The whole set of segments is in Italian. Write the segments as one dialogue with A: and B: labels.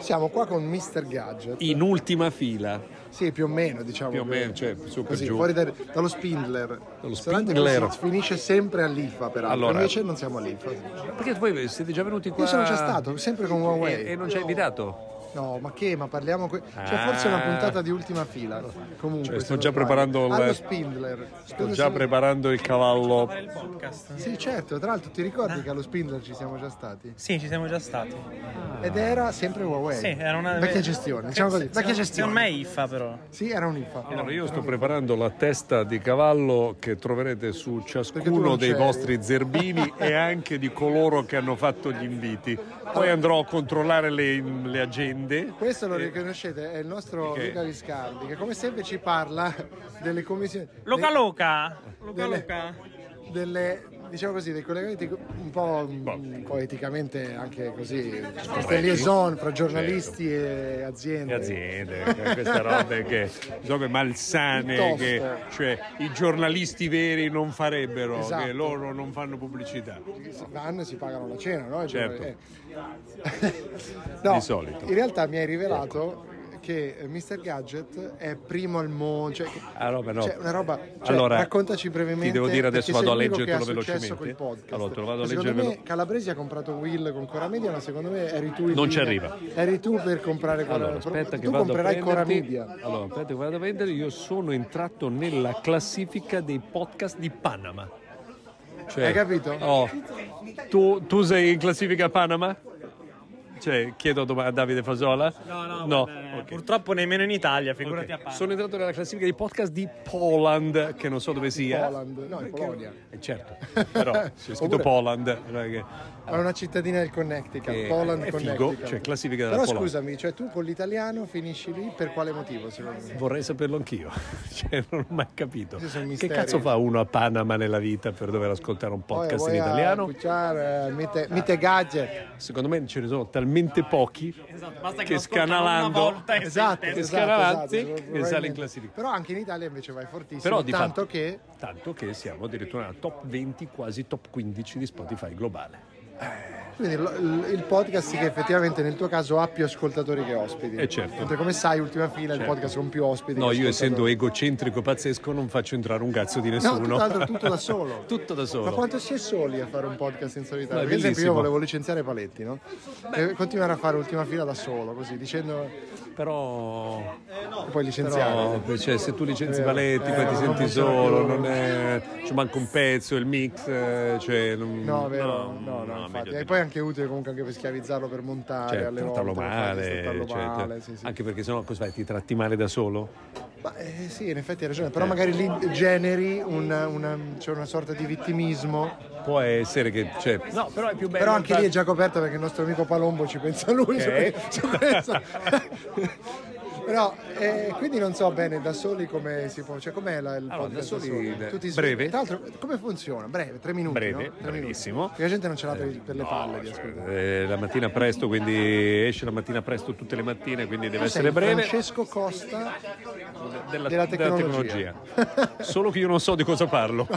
A: Siamo qua con Mr. Gadget.
B: In ultima fila,
A: Sì, più o meno, diciamo.
B: più o meno, cioè su per
A: Così,
B: giù.
A: fuori dal- dallo Spindler. Dallo
B: Spindler.
A: Finisce sempre all'IFA, peraltro.
B: Allora-
A: Invece non siamo all'IFA. Io
B: Perché voi siete già venuti qua?
A: sono già stato, sempre con Huawei.
B: E, e non ci hai invitato?
A: No, ma che? Ma parliamo. que- C'è
B: Ah.
A: forse una puntata di ultima fila. Comunque.
B: Cioè, sto
A: se non
B: già
A: sbaglio.
B: preparando il-
A: Allo Spindler.
B: Sto già preparando il cavallo.
A: Sì, certo. Tra l'altro, ti ricordi che allo Spindler ci siamo già stati?
C: Sì, ci siamo già stati.
B: Ah.
A: Ed era sempre Huawei.
C: Sì, era una
A: Vecchia gestione, diciamo così. Vecchia gestione.
C: Secondo me è IFA però.
A: Sì, era un'IFA.
B: Allora, io sto preparando la testa di cavallo che troverete su
A: Perché tu
B: ciascuno
A: non
B: dei
A: c'eri.
B: vostri zerbini e anche di coloro che hanno fatto gli inviti. Poi andrò a controllare le, le agende.
A: Questo
B: Eh,
A: lo riconoscete, è il nostro
B: Perché?
A: Luca Viscardi che come sempre ci parla delle commissioni.
C: Loca Loca! Loca
A: delle-
C: Loca!
A: delle- diciamo così, dei collegamenti un po',
B: Boh.
A: mh, po' eticamente anche così, queste liaison fra giornalisti e aziende.
B: Le aziende, eh, queste robe che robe malsane,
A: Piuttosto.
B: che cioè, i giornalisti veri non farebbero,
A: Esatto.
B: che loro non fanno pubblicità.
A: Si vanno e si pagano la cena, no? I
B: Certo.
A: giornali- eh. No,
B: Di solito.
A: In realtà mi hai rivelato che eh, Mr. Gadget è primo al mondo, cioè,
B: Ah, roba no.
A: cioè, una roba. cioè,
B: Allora,
A: raccontaci brevemente.
B: Ti devo dire
A: perché
B: adesso
A: sei
B: vado a
A: l'unico che
B: leggertelo
A: ha successo
B: velocemente.
A: col podcast.
B: Allora, te lo vado a
A: Secondo
B: leggere
A: me Calabresi ha comprato Will con Cora Media, ma secondo me eri tu il primo-
B: Non ci arriva.
A: Eri tu per comprare Cora
B: Allora, aspetta
A: tu
B: che vado a
A: comprerai Cora
B: prenderti.
A: Media.
B: Allora, aspetta che vado a vendere, io sono entrato nella classifica dei podcast di Panama. Cioè,
A: Hai capito?
B: oh, tu, tu sei in classifica Panama? Cioè, chiedo dom- a Davide Fasola.
C: No, no,
B: ok.
C: vabbè, purtroppo nemmeno in Italia, figurati a parte.
B: Sono entrato nella classifica dei podcast di Poland, che non so dove sia.
A: Poland, no, in Polonia.
B: Eh, certo, però c'è scritto
A: Oppure-
B: Poland. non è che-
A: È una cittadina del Connecticut,
B: Che
A: Poland
B: è figo,
A: Connecticut.
B: cioè, classifica della
A: Però
B: Polonia.
A: scusami, cioè tu con l'italiano finisci lì per quale motivo secondo me?
B: Vorrei saperlo anch'io, cioè, non ho mai capito.
A: Questi sono
B: Che
A: misteri.
B: cazzo fa uno a Panama nella vita per dover ascoltare un podcast
A: Poi
B: in
A: vuoi
B: italiano?
A: accucciare, eh, mite, mite gadget.
B: Secondo me ce ne sono talmente pochi
C: Esatto, basta
B: che
C: lo ascoltano
B: scanalando-
C: una volta e sei
A: Esatto,
C: in
B: Che
A: esatto,
C: testa.
B: scaravanti
A: esatto,
B: che
A: probabilmente.
B: sale in classifica.
A: Però anche in Italia invece vai fortissimo.
B: Però di
A: tanto
B: fatto-
A: che
B: tanto che siamo addirittura nella top 20, quasi top 15 di Spotify globale.
A: quindi lo- l- il podcast che effettivamente nel tuo caso ha più ascoltatori che ospiti.
B: Eh, certo.
A: Mentre come sai, ultima fila il podcast con più ospiti.
B: No,
A: che
B: io essendo
A: ascoltatori.
B: egocentrico pazzesco non faccio entrare un cazzo di
A: No,
B: nessuno.
A: tutto, l'altro, tutto da solo.
B: tutto da solo.
A: Ma quanto si è soli a fare un podcast in solitario?
B: No, è
A: Per esempio, io
B: bellissimo.
A: volevo licenziare Paletti, no? E continuare a fare ultima fila da solo, così dicendo
B: Però
A: e poi licenziare.
B: No, cioè, se tu licenzi
A: Vero.
B: Valetti,
A: Eh,
B: poi ti
A: non
B: senti
A: funziona
B: solo,
A: più.
B: non è... ci manca un pezzo, il mix, eh, cioè, non-
A: No, vero, no, no,
B: meglio
A: infatti.
B: di
A: E
B: no.
A: poi è anche utile comunque anche per schiavizzarlo, per montare,
B: Cioè,
A: alle
B: trattarlo
A: volte, per fargli
B: male,
A: trattarlo
B: cioè,
A: male,
B: te-
A: sì, sì.
B: anche perché sennò cosa fai? Ti tratti male da solo?
A: Ma, eh, sì, in effetti hai ragione, però magari lì generi un- una, c'è una sorta di vittimismo.
B: Può essere che. Cioè, no, però è più bello.
A: Però anche lì è già coperto perché il nostro amico Palombo ci pensa lui. su que-
B: Ok.
A: Su, questo. Però, eh, quindi non so bene da soli come si può, cioè com'è la, il
B: Allora, da
A: podcast da
B: soli,
A: soli? Tu ti-
B: breve.
A: Tra l'altro, come funziona? Breve, tre minuti.
B: Breve,
A: no? Tre minuti.
B: brevissimo.
A: Perché la gente non ce l'ha per, per le palle di ascoltare.
B: Eh, la mattina presto, quindi esce la mattina presto tutte le mattine, quindi deve
A: Tu sei
B: essere breve.
A: Francesco Costa della
B: della, della
A: tecnologia. Cioè,
B: tecnologia. Solo che io non so di cosa parlo,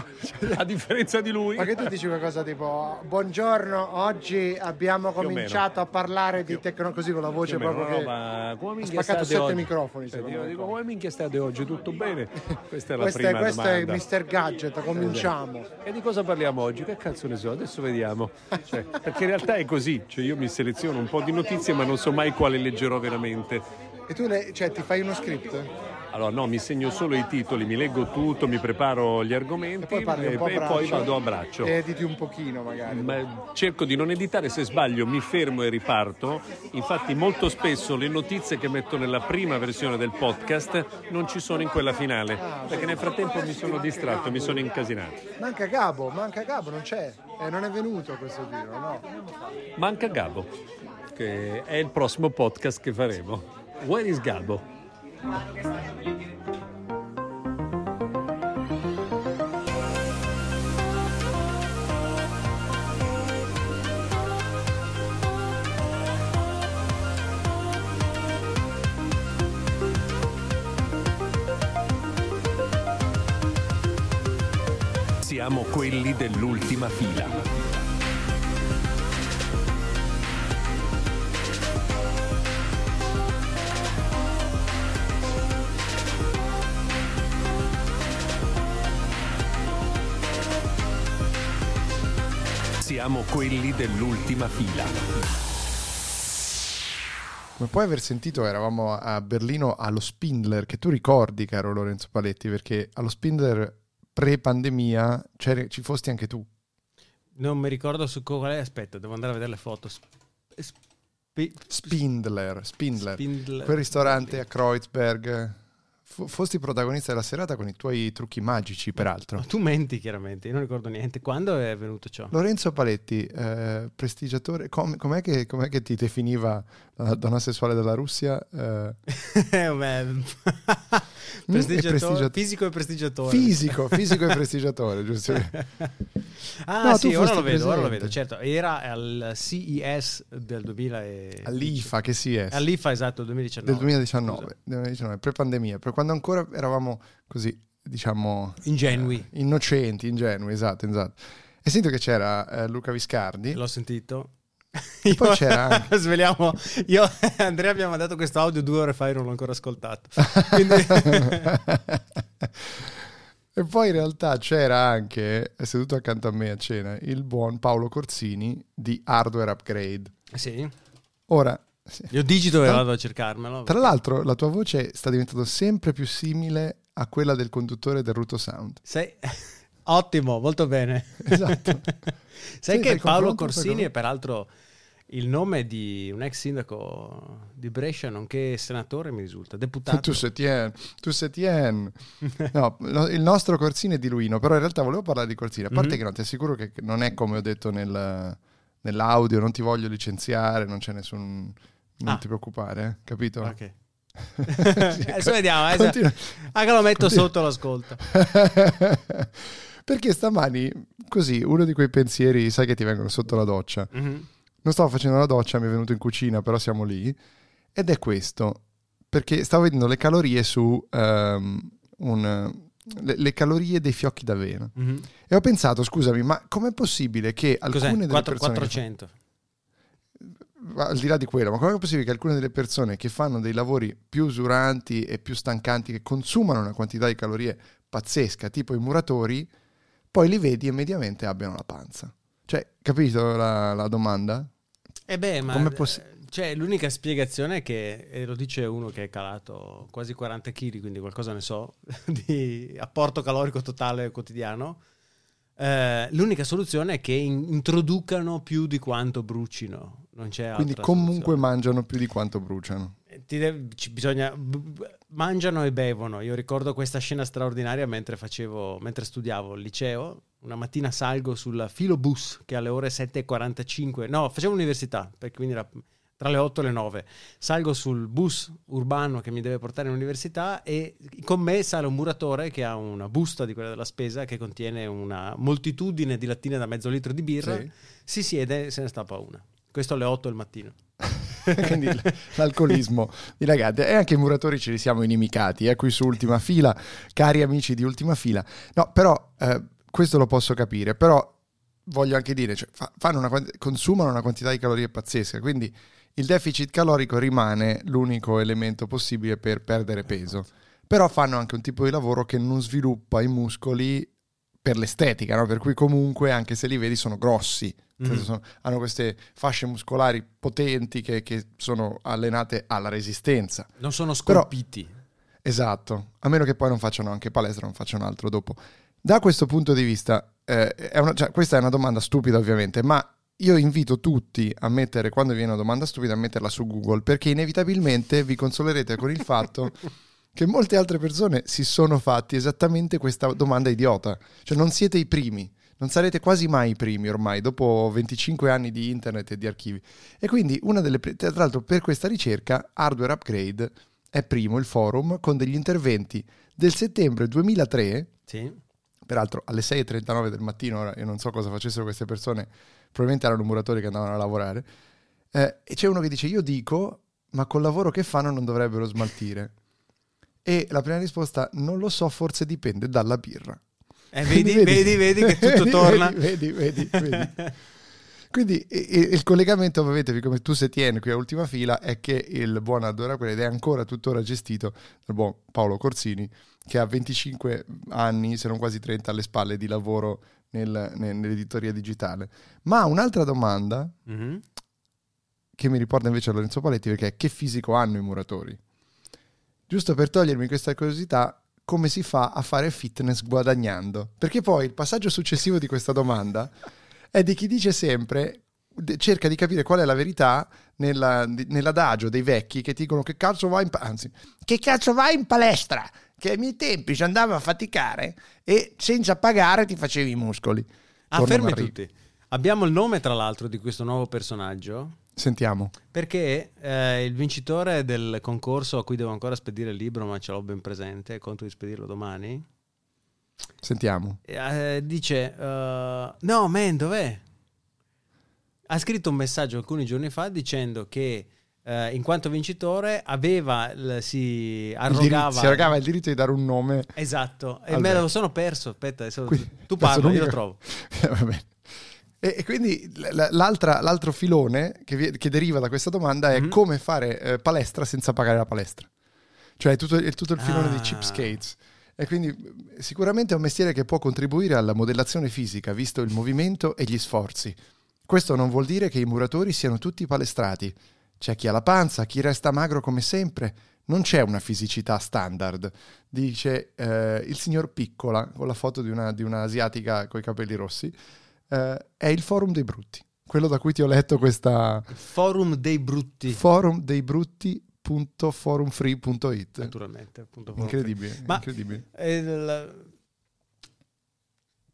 B: a differenza di lui.
A: Ma che tu dici una cosa tipo buongiorno, oggi abbiamo
B: o
A: cominciato a parlare di tecnologia così con la voce
B: Cioè, ma
A: proprio
B: no,
A: che
B: ma come
A: ha
B: minchia
A: spaccato
B: state
A: sette
B: oggi?
A: microfoni
B: Cioè,
A: secondo
B: io
A: me.
B: dico come minchia state oggi tutto bene questa è la
A: questo, è,
B: prima
A: questo è
B: domanda Esatto.
A: Mr. Gadget, cominciamo.
B: e di cosa parliamo oggi? Che cazzo ne so? Adesso vediamo. Cioè, perché in realtà è così, cioè io mi seleziono un po' di notizie ma non so mai quale leggerò veramente.
A: E tu le- cioè, ti fai uno script?
B: Allora no, mi segno solo i titoli, mi leggo tutto, mi preparo gli argomenti
A: E poi parli un po' a
B: e poi
A: braccio
B: vado a braccio.
A: E editi un pochino magari.
B: Ma cerco di non editare, se sbaglio mi fermo e riparto. Infatti molto spesso le notizie che metto nella prima versione del podcast non ci sono in quella finale, perché nel frattempo mi sono distratto, mi sono incasinato.
A: Manca Gabo, manca Gabo, non c'è. Eh, non è venuto questo giro, no.
B: Manca Gabo, che è il prossimo podcast che faremo. Where is Gabo? Siamo quelli dell'ultima fila.
D: Siamo quelli dell'ultima fila.
E: Come puoi aver sentito, eravamo a Berlino allo Spindler, che tu ricordi, caro Lorenzo Paletti, perché allo Spindler pre-pandemia c'eri- ci fosti anche tu.
F: Non mi ricordo su quale. Aspetta, devo andare a vedere le foto. Sp- sp-
E: Spindler, Spindler,
F: Spindler.
E: Eh, quel ristorante a Kreuzberg. Fu- fosti protagonista della serata con i tuoi trucchi magici, peraltro.
F: Ma tu menti chiaramente, io non ricordo niente. Quando è venuto ciò?
E: Lorenzo Paletti, eh, prestigiatore, com- com'è, che, com'è che ti definiva la donna sessuale della Russia? Eh,
F: Eh, beh,
E: Mm,
F: prestigiatore-
E: prestigiato-
F: Fisico e prestigiatore.
E: fisico, fisico e prestigiatore, giusto?
F: Ah,
E: No, tu
F: sì, ora
E: fosti
F: lo vedo, ora lo
E: presente.
F: vedo, certo. Era al CES del 2000 e...
E: All'IFA che si è.
F: All'IFA, esatto, del 2019.
E: del 2019, 2019, pre-pandemia, pre quando ancora eravamo così, diciamo,
F: Ingenui.
E: eh, innocenti, ingenui, esatto, esatto. E sento che c'era eh, Luca Viscardi.
F: L'ho sentito.
E: poi c'era anche-
F: Sveliamo. Io e Andrea abbiamo mandato questo audio due ore fa e non l'ho ancora ascoltato. Quindi-
E: e poi in realtà c'era anche, è seduto accanto a me a cena, il buon Paolo Corsini di Hardware Upgrade.
F: sì.
E: Ora, sì.
F: Io digito e
E: Tra-
F: vado a cercarmelo.
E: tra l'altro, la tua voce sta diventando sempre più simile a quella del conduttore del Ruto Sound.
F: Sei... Ottimo, molto bene.
E: Esatto.
F: Sai
E: Sì,
F: che
E: dai,
F: Paolo
E: confronto,
F: Corsini
E: secondo-
F: è peraltro il nome di un ex sindaco di Brescia, nonché senatore, mi risulta, deputato.
E: Tu se tien, tu se tien. No, lo- il nostro Corsini è di Luino, però in realtà volevo parlare di Corsini, a
F: Mhm.
E: parte che non ti assicuro che non è come ho detto nel- nell'audio, non ti voglio licenziare, non c'è nessun... Non
F: Ah.
E: ti preoccupare, eh, capito?
F: Ok. Adesso vediamo, adesso-
E: Continua.
F: Anche Ah, lo metto
E: Continua.
F: sotto l'ascolto.
E: Perché stamani, così, uno di quei pensieri, sai che ti vengono sotto la doccia.
F: Mhm.
E: Non stavo facendo la doccia, mi è venuto in cucina, però siamo lì. Ed è questo, perché stavo vedendo le calorie su ehm, un- le, le calorie dei fiocchi d'avena.
F: Mhm.
E: E ho pensato, scusami, ma com'è possibile che alcune
F: Cos'è?
E: delle
F: Quattro-
E: persone... che
F: 400.
E: ma al di là di quello, ma com'è possibile che alcune delle persone che fanno dei lavori più usuranti e più stancanti, che consumano una quantità di calorie pazzesca, tipo i muratori, poi li vedi e mediamente abbiano la panza? Cioè, capito la, la domanda?
F: E Eh beh, ma
E: Com'è possi-
F: cioè, l'unica spiegazione è che, e lo dice uno che è calato quasi 40 kg, quindi qualcosa ne so, di apporto calorico totale quotidiano, eh, l'unica soluzione è che in- introducano più di quanto brucino. Non c'è
E: Quindi
F: altra
E: comunque
F: soluzione.
E: mangiano più di quanto bruciano.
F: Ti de- ci bisogna, b- b- mangiano e bevono. Io ricordo questa scena straordinaria mentre, facevo, mentre studiavo al liceo. Una mattina salgo sul filobus che alle ore 7.45, no, facevo l'università, perché quindi era tra le 8 e le 9. Salgo sul bus urbano che mi deve portare all'università e con me sale un muratore che ha una busta di quella della spesa che contiene una moltitudine di lattine da mezzo litro di birra.
E: Sì.
F: Si siede e se ne stappa una. Questo alle 8 del mattino.
E: Quindi l- l'alcolismo dilagante. E anche i muratori ce li siamo inimicati, eh, qui su Ultima Fila, cari amici di Ultima Fila. No, però eh, questo lo posso capire, però voglio anche dire, cioè, fa- fanno una quanti- consumano una quantità di calorie pazzesca, quindi il deficit calorico rimane l'unico elemento possibile per perdere peso. Però fanno anche un tipo di lavoro che non sviluppa i muscoli per l'estetica, no? per cui comunque anche se li vedi sono grossi, Nel senso, sono- hanno queste fasce muscolari potenti che, che sono allenate alla resistenza.
F: Non sono
E: Però-
F: scolpiti.
E: Esatto, a meno che poi non facciano anche palestra, non facciano altro dopo. Da questo punto di vista, eh, è una- cioè, questa è una domanda stupida ovviamente, ma io invito tutti a mettere, quando viene una domanda stupida, a metterla su Google, perché inevitabilmente vi consolerete con il fatto che molte altre persone si sono fatti esattamente questa domanda idiota. Cioè non siete i primi, non sarete quasi mai i primi ormai, dopo 25 anni di internet e di archivi. E quindi una delle... pre- Tra l'altro per questa ricerca, Hardware Upgrade è primo il forum con degli interventi del settembre 2003
F: Sì.
E: peraltro alle 6.39 del mattino, ora io non so cosa facessero queste persone, probabilmente erano muratori che andavano a lavorare, eh, e c'è uno che dice io dico, ma col lavoro che fanno non dovrebbero smaltire. E la prima risposta, non lo so, forse dipende dalla birra.
F: Eh, vedi, vedi, vedi che tutto
E: Vedi,
F: torna.
E: Vedi, vedi, vedi. vedi. Quindi e- e- il collegamento, ovviamente, come tu se tieni qui a ultima fila, è che il buon Adora Quelle è ancora tuttora gestito dal buon Paolo Corsini, che ha 25 anni, se non quasi 30, alle spalle di lavoro nel- ne- nell'editoria digitale. Ma un'altra domanda
F: Mhm.
E: che mi riporta invece a Lorenzo Paletti perché è che fisico hanno i muratori? Giusto per togliermi questa curiosità, come si fa a fare fitness guadagnando? Perché poi il passaggio successivo di questa domanda è di chi dice sempre, de- cerca di capire qual è la verità nella- di- nell'adagio dei vecchi che dicono che cazzo vai in, pa- anzi, che cazzo vai in palestra? Che ai miei tempi ci andavo a faticare e senza pagare ti facevi i muscoli.
F: Ah,
E: Torno
F: fermi
E: Marri-
F: tutti. Abbiamo il nome, tra l'altro, di questo nuovo personaggio.
E: Sentiamo.
F: Perché eh, il vincitore del concorso a cui devo ancora spedire il libro, ma ce l'ho ben presente, conto di spedirlo domani,
E: Sentiamo.
F: eh, dice: eh, No, man, dov'è? Ha scritto un messaggio alcuni giorni fa dicendo che eh, in quanto vincitore aveva, il- si
E: Il diritto-
F: arrogava.
E: si arrogava il diritto di dare un nome
F: Esatto, e
E: Al
F: me lo
E: vento.
F: sono perso. Aspetta, adesso
E: Quindi-
F: tu
E: adesso
F: parli, io lo
E: l'unico-
F: trovo.
E: Eh, va bene. E, e quindi l- l- l'altra- l'altro filone che, vi- che deriva da questa domanda
F: Mhm.
E: è come fare eh, palestra senza pagare la palestra. Cioè è tutto, è tutto il filone
F: Ah.
E: di cheapskates. E quindi eh, sicuramente è un mestiere che può contribuire alla modellazione fisica, visto il movimento e gli sforzi. Questo non vuol dire che i muratori siano tutti palestrati. C'è chi ha la panza, chi resta magro come sempre. Non c'è una fisicità standard, dice eh, il signor Piccola, con la foto di una, di una asiatica con i capelli rossi. Eh, è il forum dei brutti, quello da cui ti ho letto questa
F: Forum dei brutti,
E: forum dei brutti.forumfree.it.
F: naturalmente. appunto, forum free.
E: Incredibile,
F: Ma-
E: incredibile.
F: Il-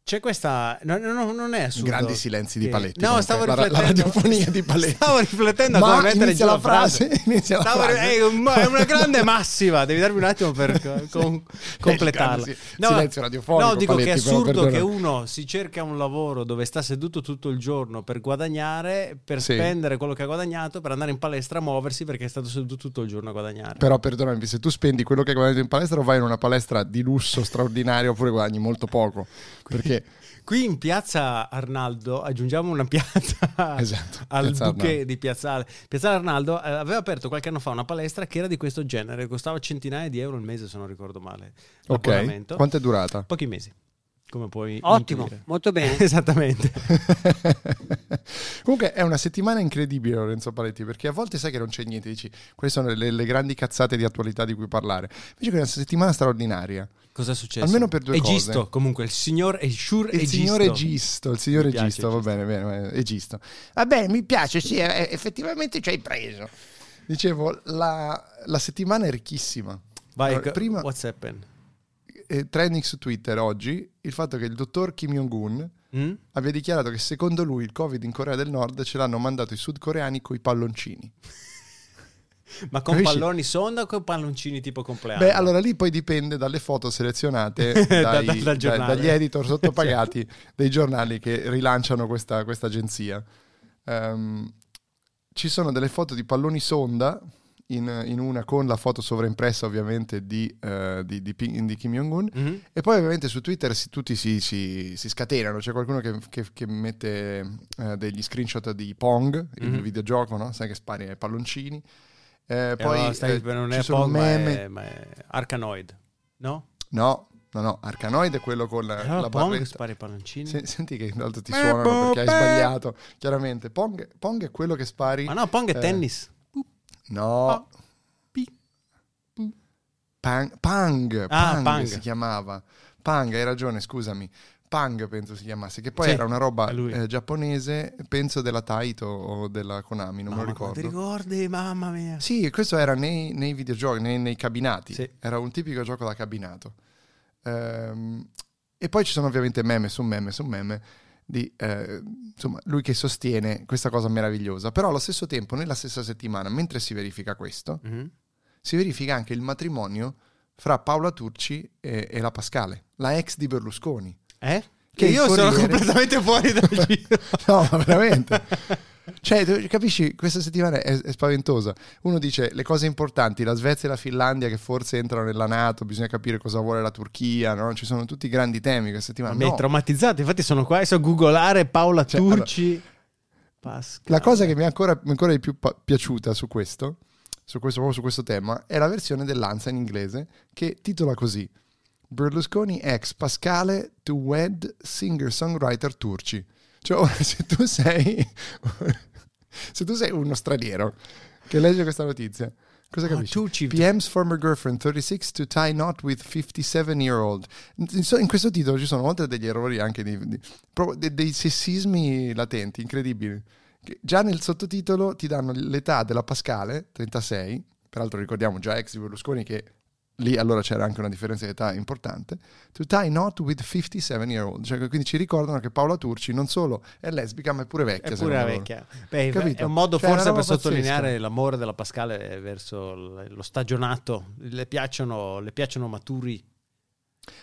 F: C'è questa. no, no, no, non è assurdo.
E: Grandi silenzi di
F: che-
E: Paletti.
F: No,
E: comunque.
F: stavo
E: La ra-
F: riflettendo.
E: La radiofonia di Paletti.
F: Stavo riflettendo a
E: Ma
F: come mettere
E: inizia
F: giù
E: la frase, inizia la
F: Stavo ri-
E: frase.
F: È, un- è una grande massiva. Devi darmi un attimo per co- con- completarla.
E: È il grande si- silenzio radiofonico,
F: No, dico che è
E: Paletti, però,
F: assurdo che
E: perdona.
F: uno si cerca un lavoro dove sta seduto tutto il giorno per guadagnare, per
E: Sì.
F: spendere quello che ha guadagnato, per andare in palestra a muoversi perché è stato seduto tutto il giorno a guadagnare.
E: Però perdonami, se tu spendi quello che hai guadagnato in palestra o vai in una palestra di lusso straordinario oppure guadagni molto poco. Perché
F: Qui in piazza Arnaldo aggiungiamo una piazza
E: Esatto,
F: al
E: piazza
F: bouquet
E: Arnaldo.
F: di Piazzale. Piazzale Arnaldo eh, aveva aperto qualche anno fa una palestra che era di questo genere, costava centinaia di euro al mese se non ricordo male.
E: ok,
F: l'abbonamento.
E: quanto è durata?
F: Pochi mesi, come puoi
G: Ottimo,
F: intuire.
G: molto bene.
F: Esattamente.
E: Comunque è una settimana incredibile Lorenzo Paletti perché a volte sai che non c'è niente, dici queste sono le, le grandi cazzate di attualità di cui parlare. Invece che è una settimana straordinaria.
F: Cosa è successo?
E: Almeno per due
F: Egisto,
E: cose.
F: comunque, il signor Eshur
E: Il
F: Egisto.
E: signore Egisto, il signore
F: Mi piace
E: Egisto, va
F: Egisto.
E: bene, bene, bene, Egisto. Va bene, mi piace, sì, eh, effettivamente ci hai preso. Dicevo, la, la settimana è ricchissima.
F: Vai,
E: Allora,
F: co-
E: prima-
F: what's happened?
E: Eh, trending su Twitter oggi il fatto che il dottor Kim Jong-un
F: Mm?
E: abbia dichiarato che secondo lui il Covid in Corea del Nord ce l'hanno mandato i sudcoreani coi palloncini.
F: Ma con
E: Capisci?
F: palloni sonda o con palloncini tipo compleanno?
E: Beh, allora lì poi dipende dalle foto selezionate
F: Da-
E: dai-
F: da- dal
E: da-
F: giornale.
E: dagli editor sottopagati dei giornali che rilanciano questa, questa agenzia. Ehm, ci sono delle foto di palloni sonda, in, in una con la foto sovraimpressa ovviamente di, eh, di- di Pi- di Kim Jong-un,
F: Mm?
E: E poi ovviamente su Twitter si- tutti si, si- si scatenano, c'è qualcuno che, che- che mette eh, degli screenshot di Pong,
F: Mhm.
E: il videogioco, no? sai che spari ai palloncini. Eh,
F: Eh,
E: poi
F: allora stai-
E: eh,
F: non
E: ci
F: è
E: sono
F: Pog, ma è-
E: meme.
F: ma è Arcanoid, no?
E: No, no, no, Arcanoid è quello con la,
F: Allora
E: la
F: Pong
E: barretta.
F: spara i palloncini. boh,
E: Se- senti che intanto ti suonano perché hai sbagliato, chiaramente. Pong, Pong è quello che spari...
F: Ma no, Pong è
E: Eh,
F: tennis.
E: No.
F: Pi-
E: Pang, Pang,
F: Ah,
E: Pang
F: Pang.
E: si chiamava. Pang, hai ragione, scusami. Pang penso si chiamasse, che poi
F: Sì,
E: era una roba
F: è lui.
E: eh, giapponese, penso della Taito o della Konami, non me
F: Mamma,
E: lo ricordo.
F: Ti ricordi? Mamma mia.
E: Sì, questo era nei, nei videogiochi, nei, nei cabinati.
F: Sì.
E: Era un tipico gioco da cabinato. Ehm, e poi ci sono ovviamente meme su meme su meme di eh, insomma, lui che sostiene questa cosa meravigliosa. Però allo stesso tempo, nella stessa settimana, mentre si verifica questo,
F: Mhm.
E: si verifica anche il matrimonio fra Paola Turci e, e la Pascale, la ex di Berlusconi.
F: Eh?
E: Che
F: Che io
E: il
F: sono
E: Corriere-
F: completamente fuori dal giro.
E: No, ma veramente. Cioè, tu- capisci, questa settimana è, è spaventosa. Uno dice le cose importanti, la Svezia e la Finlandia che forse entrano nella Nato, bisogna capire cosa vuole la Turchia, no? ci sono tutti i grandi temi questa settimana.
F: Mi hai
E: No.
F: traumatizzato, infatti sono qua e so googolare Paola
E: Cioè,
F: Turci. Pascal.
E: La cosa che mi è ancora, ancora di più pa- piaciuta su questo, su questo, proprio su questo tema, è la versione dell'Ansa in inglese che titola così: Berlusconi ex Pascale to wed singer-songwriter turci. Cioè, ora, se tu sei, se tu sei uno straniero che legge questa notizia, cosa
F: Ah,
E: capisci?
F: Turci.
E: PM's former girlfriend 36 to tie knot with 57 year old. Insomma, in questo titolo ci sono oltre degli errori anche di, di- proprio de- dei sessismi latenti, incredibili. Che già nel sottotitolo ti danno l'età della Pascale, 36, peraltro ricordiamo già ex di Berlusconi che lì allora c'era anche una differenza di età importante, to tie knot with 57 year old, cioè, quindi ci ricordano che Paola Turci non solo è lesbica ma è pure vecchia.
F: È
E: secondo
F: pure la
E: loro.
F: vecchia. Beh,
E: Capito?
F: è un modo
E: Cioè, è
F: forse
E: una
F: per
E: roba pazzesca.
F: sottolineare l'amore della Pascale verso l- lo stagionato. Le piacciono, le piacciono maturi.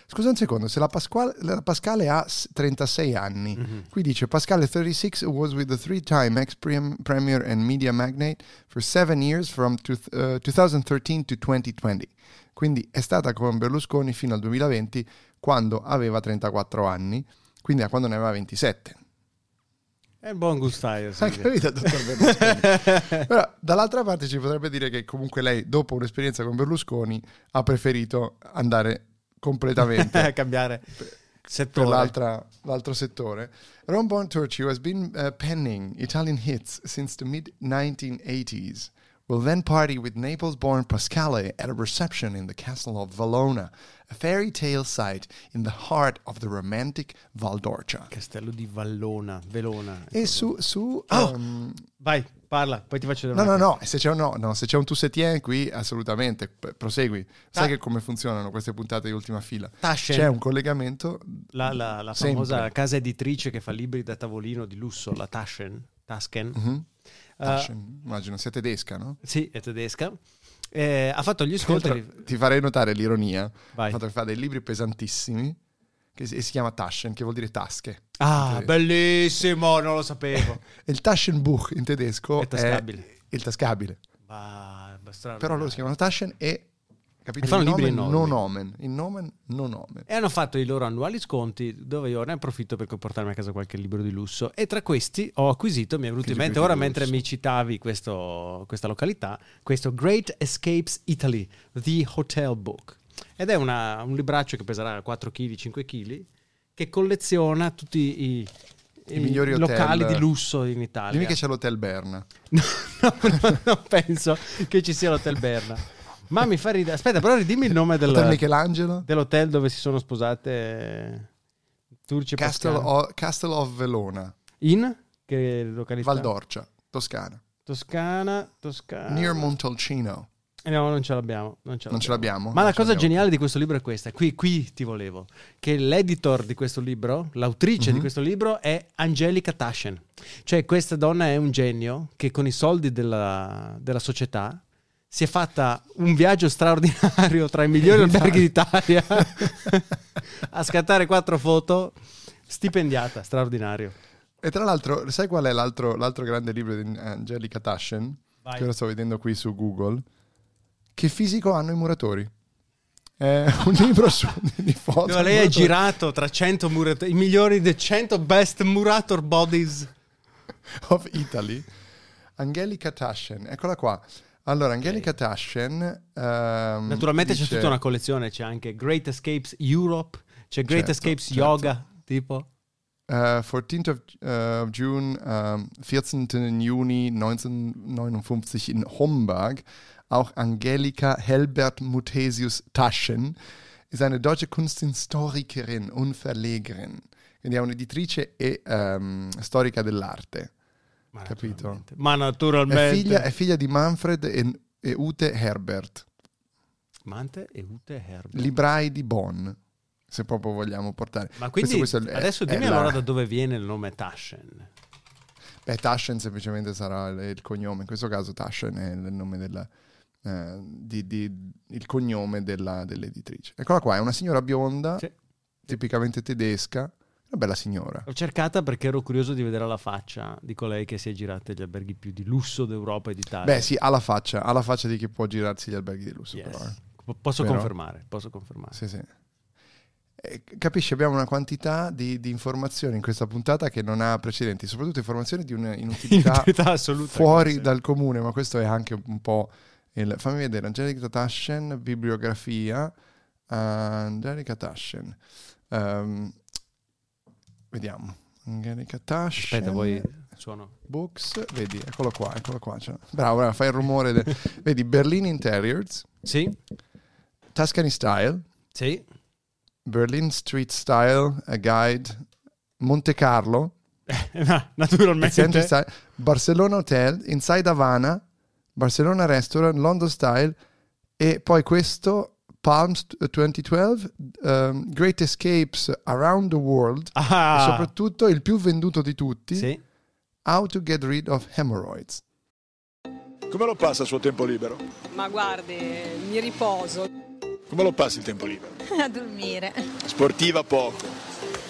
E: Scusa un secondo, se la, Pasquale- la Pascale ha s- 36 anni, qui dice Pascale 36 was with the three-time ex-premier premier and media magnate for seven years from two- eh, 2013 to 2020. Quindi è stata con Berlusconi fino al 2020 quando aveva 34 anni, quindi a quando ne aveva 27.
F: È un buon gustaio.
E: Hai capito, dottor Berlusconi? Però dall'altra parte ci potrebbe dire che comunque lei, dopo un'esperienza con Berlusconi, ha preferito andare completamente
F: Eh, Cambiare
E: per
F: settore.
E: l'altra, l'altro settore. Ron Bonturci has been uh, penning Italian hits since the mid 1980s. Will then party with Naples born Pascale at a reception in the castle of Valona, a fairy tale site in the heart of the romantic Valdorcia.
F: Castello di Vallona, Velona.
E: E su. su
F: Oh!
E: um,
F: Vai, parla, poi ti faccio
E: no,
F: vedere.
E: no, no, se c'è un no, no, se c'è un tu se tien qui, assolutamente, p- prosegui. Sai
F: Ah.
E: che come funzionano queste puntate di ultima fila?
F: Taschen.
E: C'è un collegamento.
F: La, la- la
E: sempre.
F: famosa casa editrice che fa libri da tavolino di lusso, la Taschen. Tasken.
E: Mhm.
F: Eh,
E: Taschen, immagino, sia tedesca, no?
F: sì, è tedesca. Eh, ha fatto gli
E: Tra l'altro,
F: scontri.
E: ti farei notare l'ironia.
F: Vai.
E: Il fatto che fa dei libri pesantissimi che si, e si chiama Taschen, che vuol dire tasche.
F: Ah,
E: Sì.
F: bellissimo, non lo sapevo.
E: E il Taschenbuch in tedesco
F: È tascabile.
E: il tascabile.
F: Ma- ma straordinario.
E: Però loro si chiamano Taschen e capito,
F: E fanno
E: il
F: libri
E: nome
F: enormi. Eh,
E: non omen. Il nome non omen.
F: E hanno fatto i loro annuali sconti dove io ne approfitto per portarmi a casa qualche libro di lusso. E tra questi ho acquisito, mi è venuto
E: Che
F: in mente
E: libri di
F: ora mentre
E: lusso?
F: mi citavi questo- questa località, questo Great Escapes Italy, The Hotel Book. Ed è una- un libraccio che peserà 4 kg, 5 kg, che colleziona tutti i,
E: I migliori hotel.
F: locali di lusso in Italia.
E: Dimmi che c'è l'Hotel Berna.
F: No, no, no, non penso che ci sia l'hotel Berna. Ma mi fa ridere. Aspetta, però ridimmi il nome del-
E: Hotel Michelangelo.
F: dell'hotel dove si sono sposate eh, Turci e
E: Castle,
F: Pascale.
E: o- Castle of Velona,
F: In? Che località?
E: Valdorcia, Toscana.
F: Toscana, Toscana.
E: Near Montalcino.
F: Eh no, non ce l'abbiamo. Non ce l'abbiamo.
E: Non ce l'abbiamo?
F: Ma
E: Non
F: la
E: ce
F: cosa
E: l'abbiamo.
F: geniale di questo libro è questa. Qui, qui ti volevo. Che l'editor di questo libro, l'autrice
E: Mhm.
F: di questo libro è Angelica Taschen. Cioè questa donna è un genio che con i soldi della, della società si è fatta un viaggio straordinario tra i migliori alberghi d'Italia a scattare quattro foto. Stipendiata, straordinario.
E: E tra l'altro, sai qual è l'altro, l'altro grande libro di Angelica Taschen?
F: Vai.
E: Che ora sto vedendo qui su Google. Che fisico hanno i muratori? È un libro su, di foto.
F: Dove Cioè, lei è
E: muratori.
F: girato tra 100 muratori, i migliori dei 100 best murator bodies.
E: of Italy, Angelica Taschen, eccola qua. Allora, Angelica Taschen. ehm,
F: Naturalmente
E: dice-
F: c'è tutta una collezione, c'è anche Great Escapes Europe, c'è Great
E: Certo,
F: Escapes
E: certo.
F: Yoga, tipo.
E: eh, 14th of, eh, of June, ehm, 14. Juni 1959 in Homburg, auch Angelika Helbert Muthesius Taschen, ist eine deutsche Kunsthistorikerin und Verlegerin. Quindi è un'editrice e ehm, storica dell'arte.
F: Ma
E: Capito.
F: naturalmente. Ma
E: È
F: naturalmente.
E: figlia, è figlia di Manfred e, e Ute Herbert.
F: Mante e Ute Herbert.
E: librai di Bonn, se proprio vogliamo portare.
F: Ma quindi
E: Questo- questo è-
F: adesso
E: è
F: dimmi
E: la-
F: allora da dove viene il nome Taschen.
E: Beh, Taschen semplicemente sarà il, il cognome, in questo caso Taschen è il nome della... eh, di- di- il cognome della- dell'editrice. Eccola qua, è una signora bionda,
F: Sì.
E: tipicamente tedesca, una bella signora.
F: L'ho cercata perché ero curioso di vedere la faccia di colei che si è girata agli alberghi più di lusso d'Europa e d'Italia.
E: Beh sì, ha la faccia, ha la faccia di chi può girarsi gli alberghi di lusso
F: eh. Yes. Ah.
E: però. eh.
F: P- Posso
E: Però-
F: confermare, posso confermare.
E: Sì, sì. Eh, c- Capisci, abbiamo una quantità di, di informazioni in questa puntata che non ha precedenti, soprattutto informazioni di un'inutilità
F: Inutilità assoluta.
E: fuori
F: come
E: dal comune, ma questo è anche un po' il... Fammi vedere, Angelica Taschen, bibliografia, eh, Angelica Tashin. Ehm, vediamo. Angelica Tashin.
F: Aspetta, poi suono.
E: Books, vedi, eccolo qua, eccolo qua. c'è- Bravo, bravo, fai il rumore. del- Vedi, Berlin Interiors,
F: Sì,
E: Tuscany Style,
F: sì.
E: Berlin Street Style, A Guide, Monte Carlo,
F: Ma, Naturalmente.
E: Century Style, Barcelona Hotel, Inside Havana, Barcelona Restaurant, London Style e poi questo, Palms 2012, ehm, Great Escapes Around the World e
F: Ah,
E: soprattutto il più venduto di tutti,
F: sì.
E: How to Get Rid of Hemorrhoids.
G: Come lo passa il suo tempo libero?
H: Ma guardi, mi riposo.
G: Come lo passa il tempo libero?
I: A dormire.
G: Sportiva poco,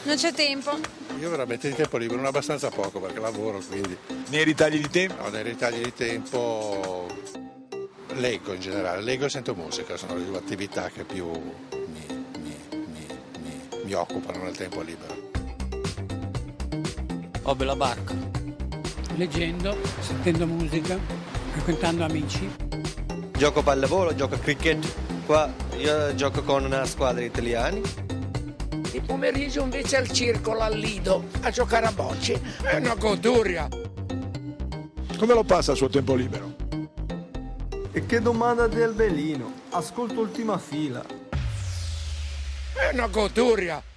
I: Non c'è tempo.
J: Io veramente di tempo libero, non abbastanza poco perché lavoro, quindi
G: nei ritagli di tempo?
J: ho dei ritagli di tempo. Leggo in generale, leggo e sento musica, sono le due attività che più mi, mi- mi- mi- mi occupano nel tempo libero.
K: Ho bella barca. Leggendo, sentendo musica, frequentando amici.
J: Gioco pallavolo, gioco a cricket, qua io gioco con una squadra italiana.
K: Il pomeriggio invece al circolo, al Lido, a giocare a bocce. È una goduria.
G: Come lo passa il suo tempo libero?
J: E che domanda di Albelino, ascolto ultima fila.
K: È una goduria.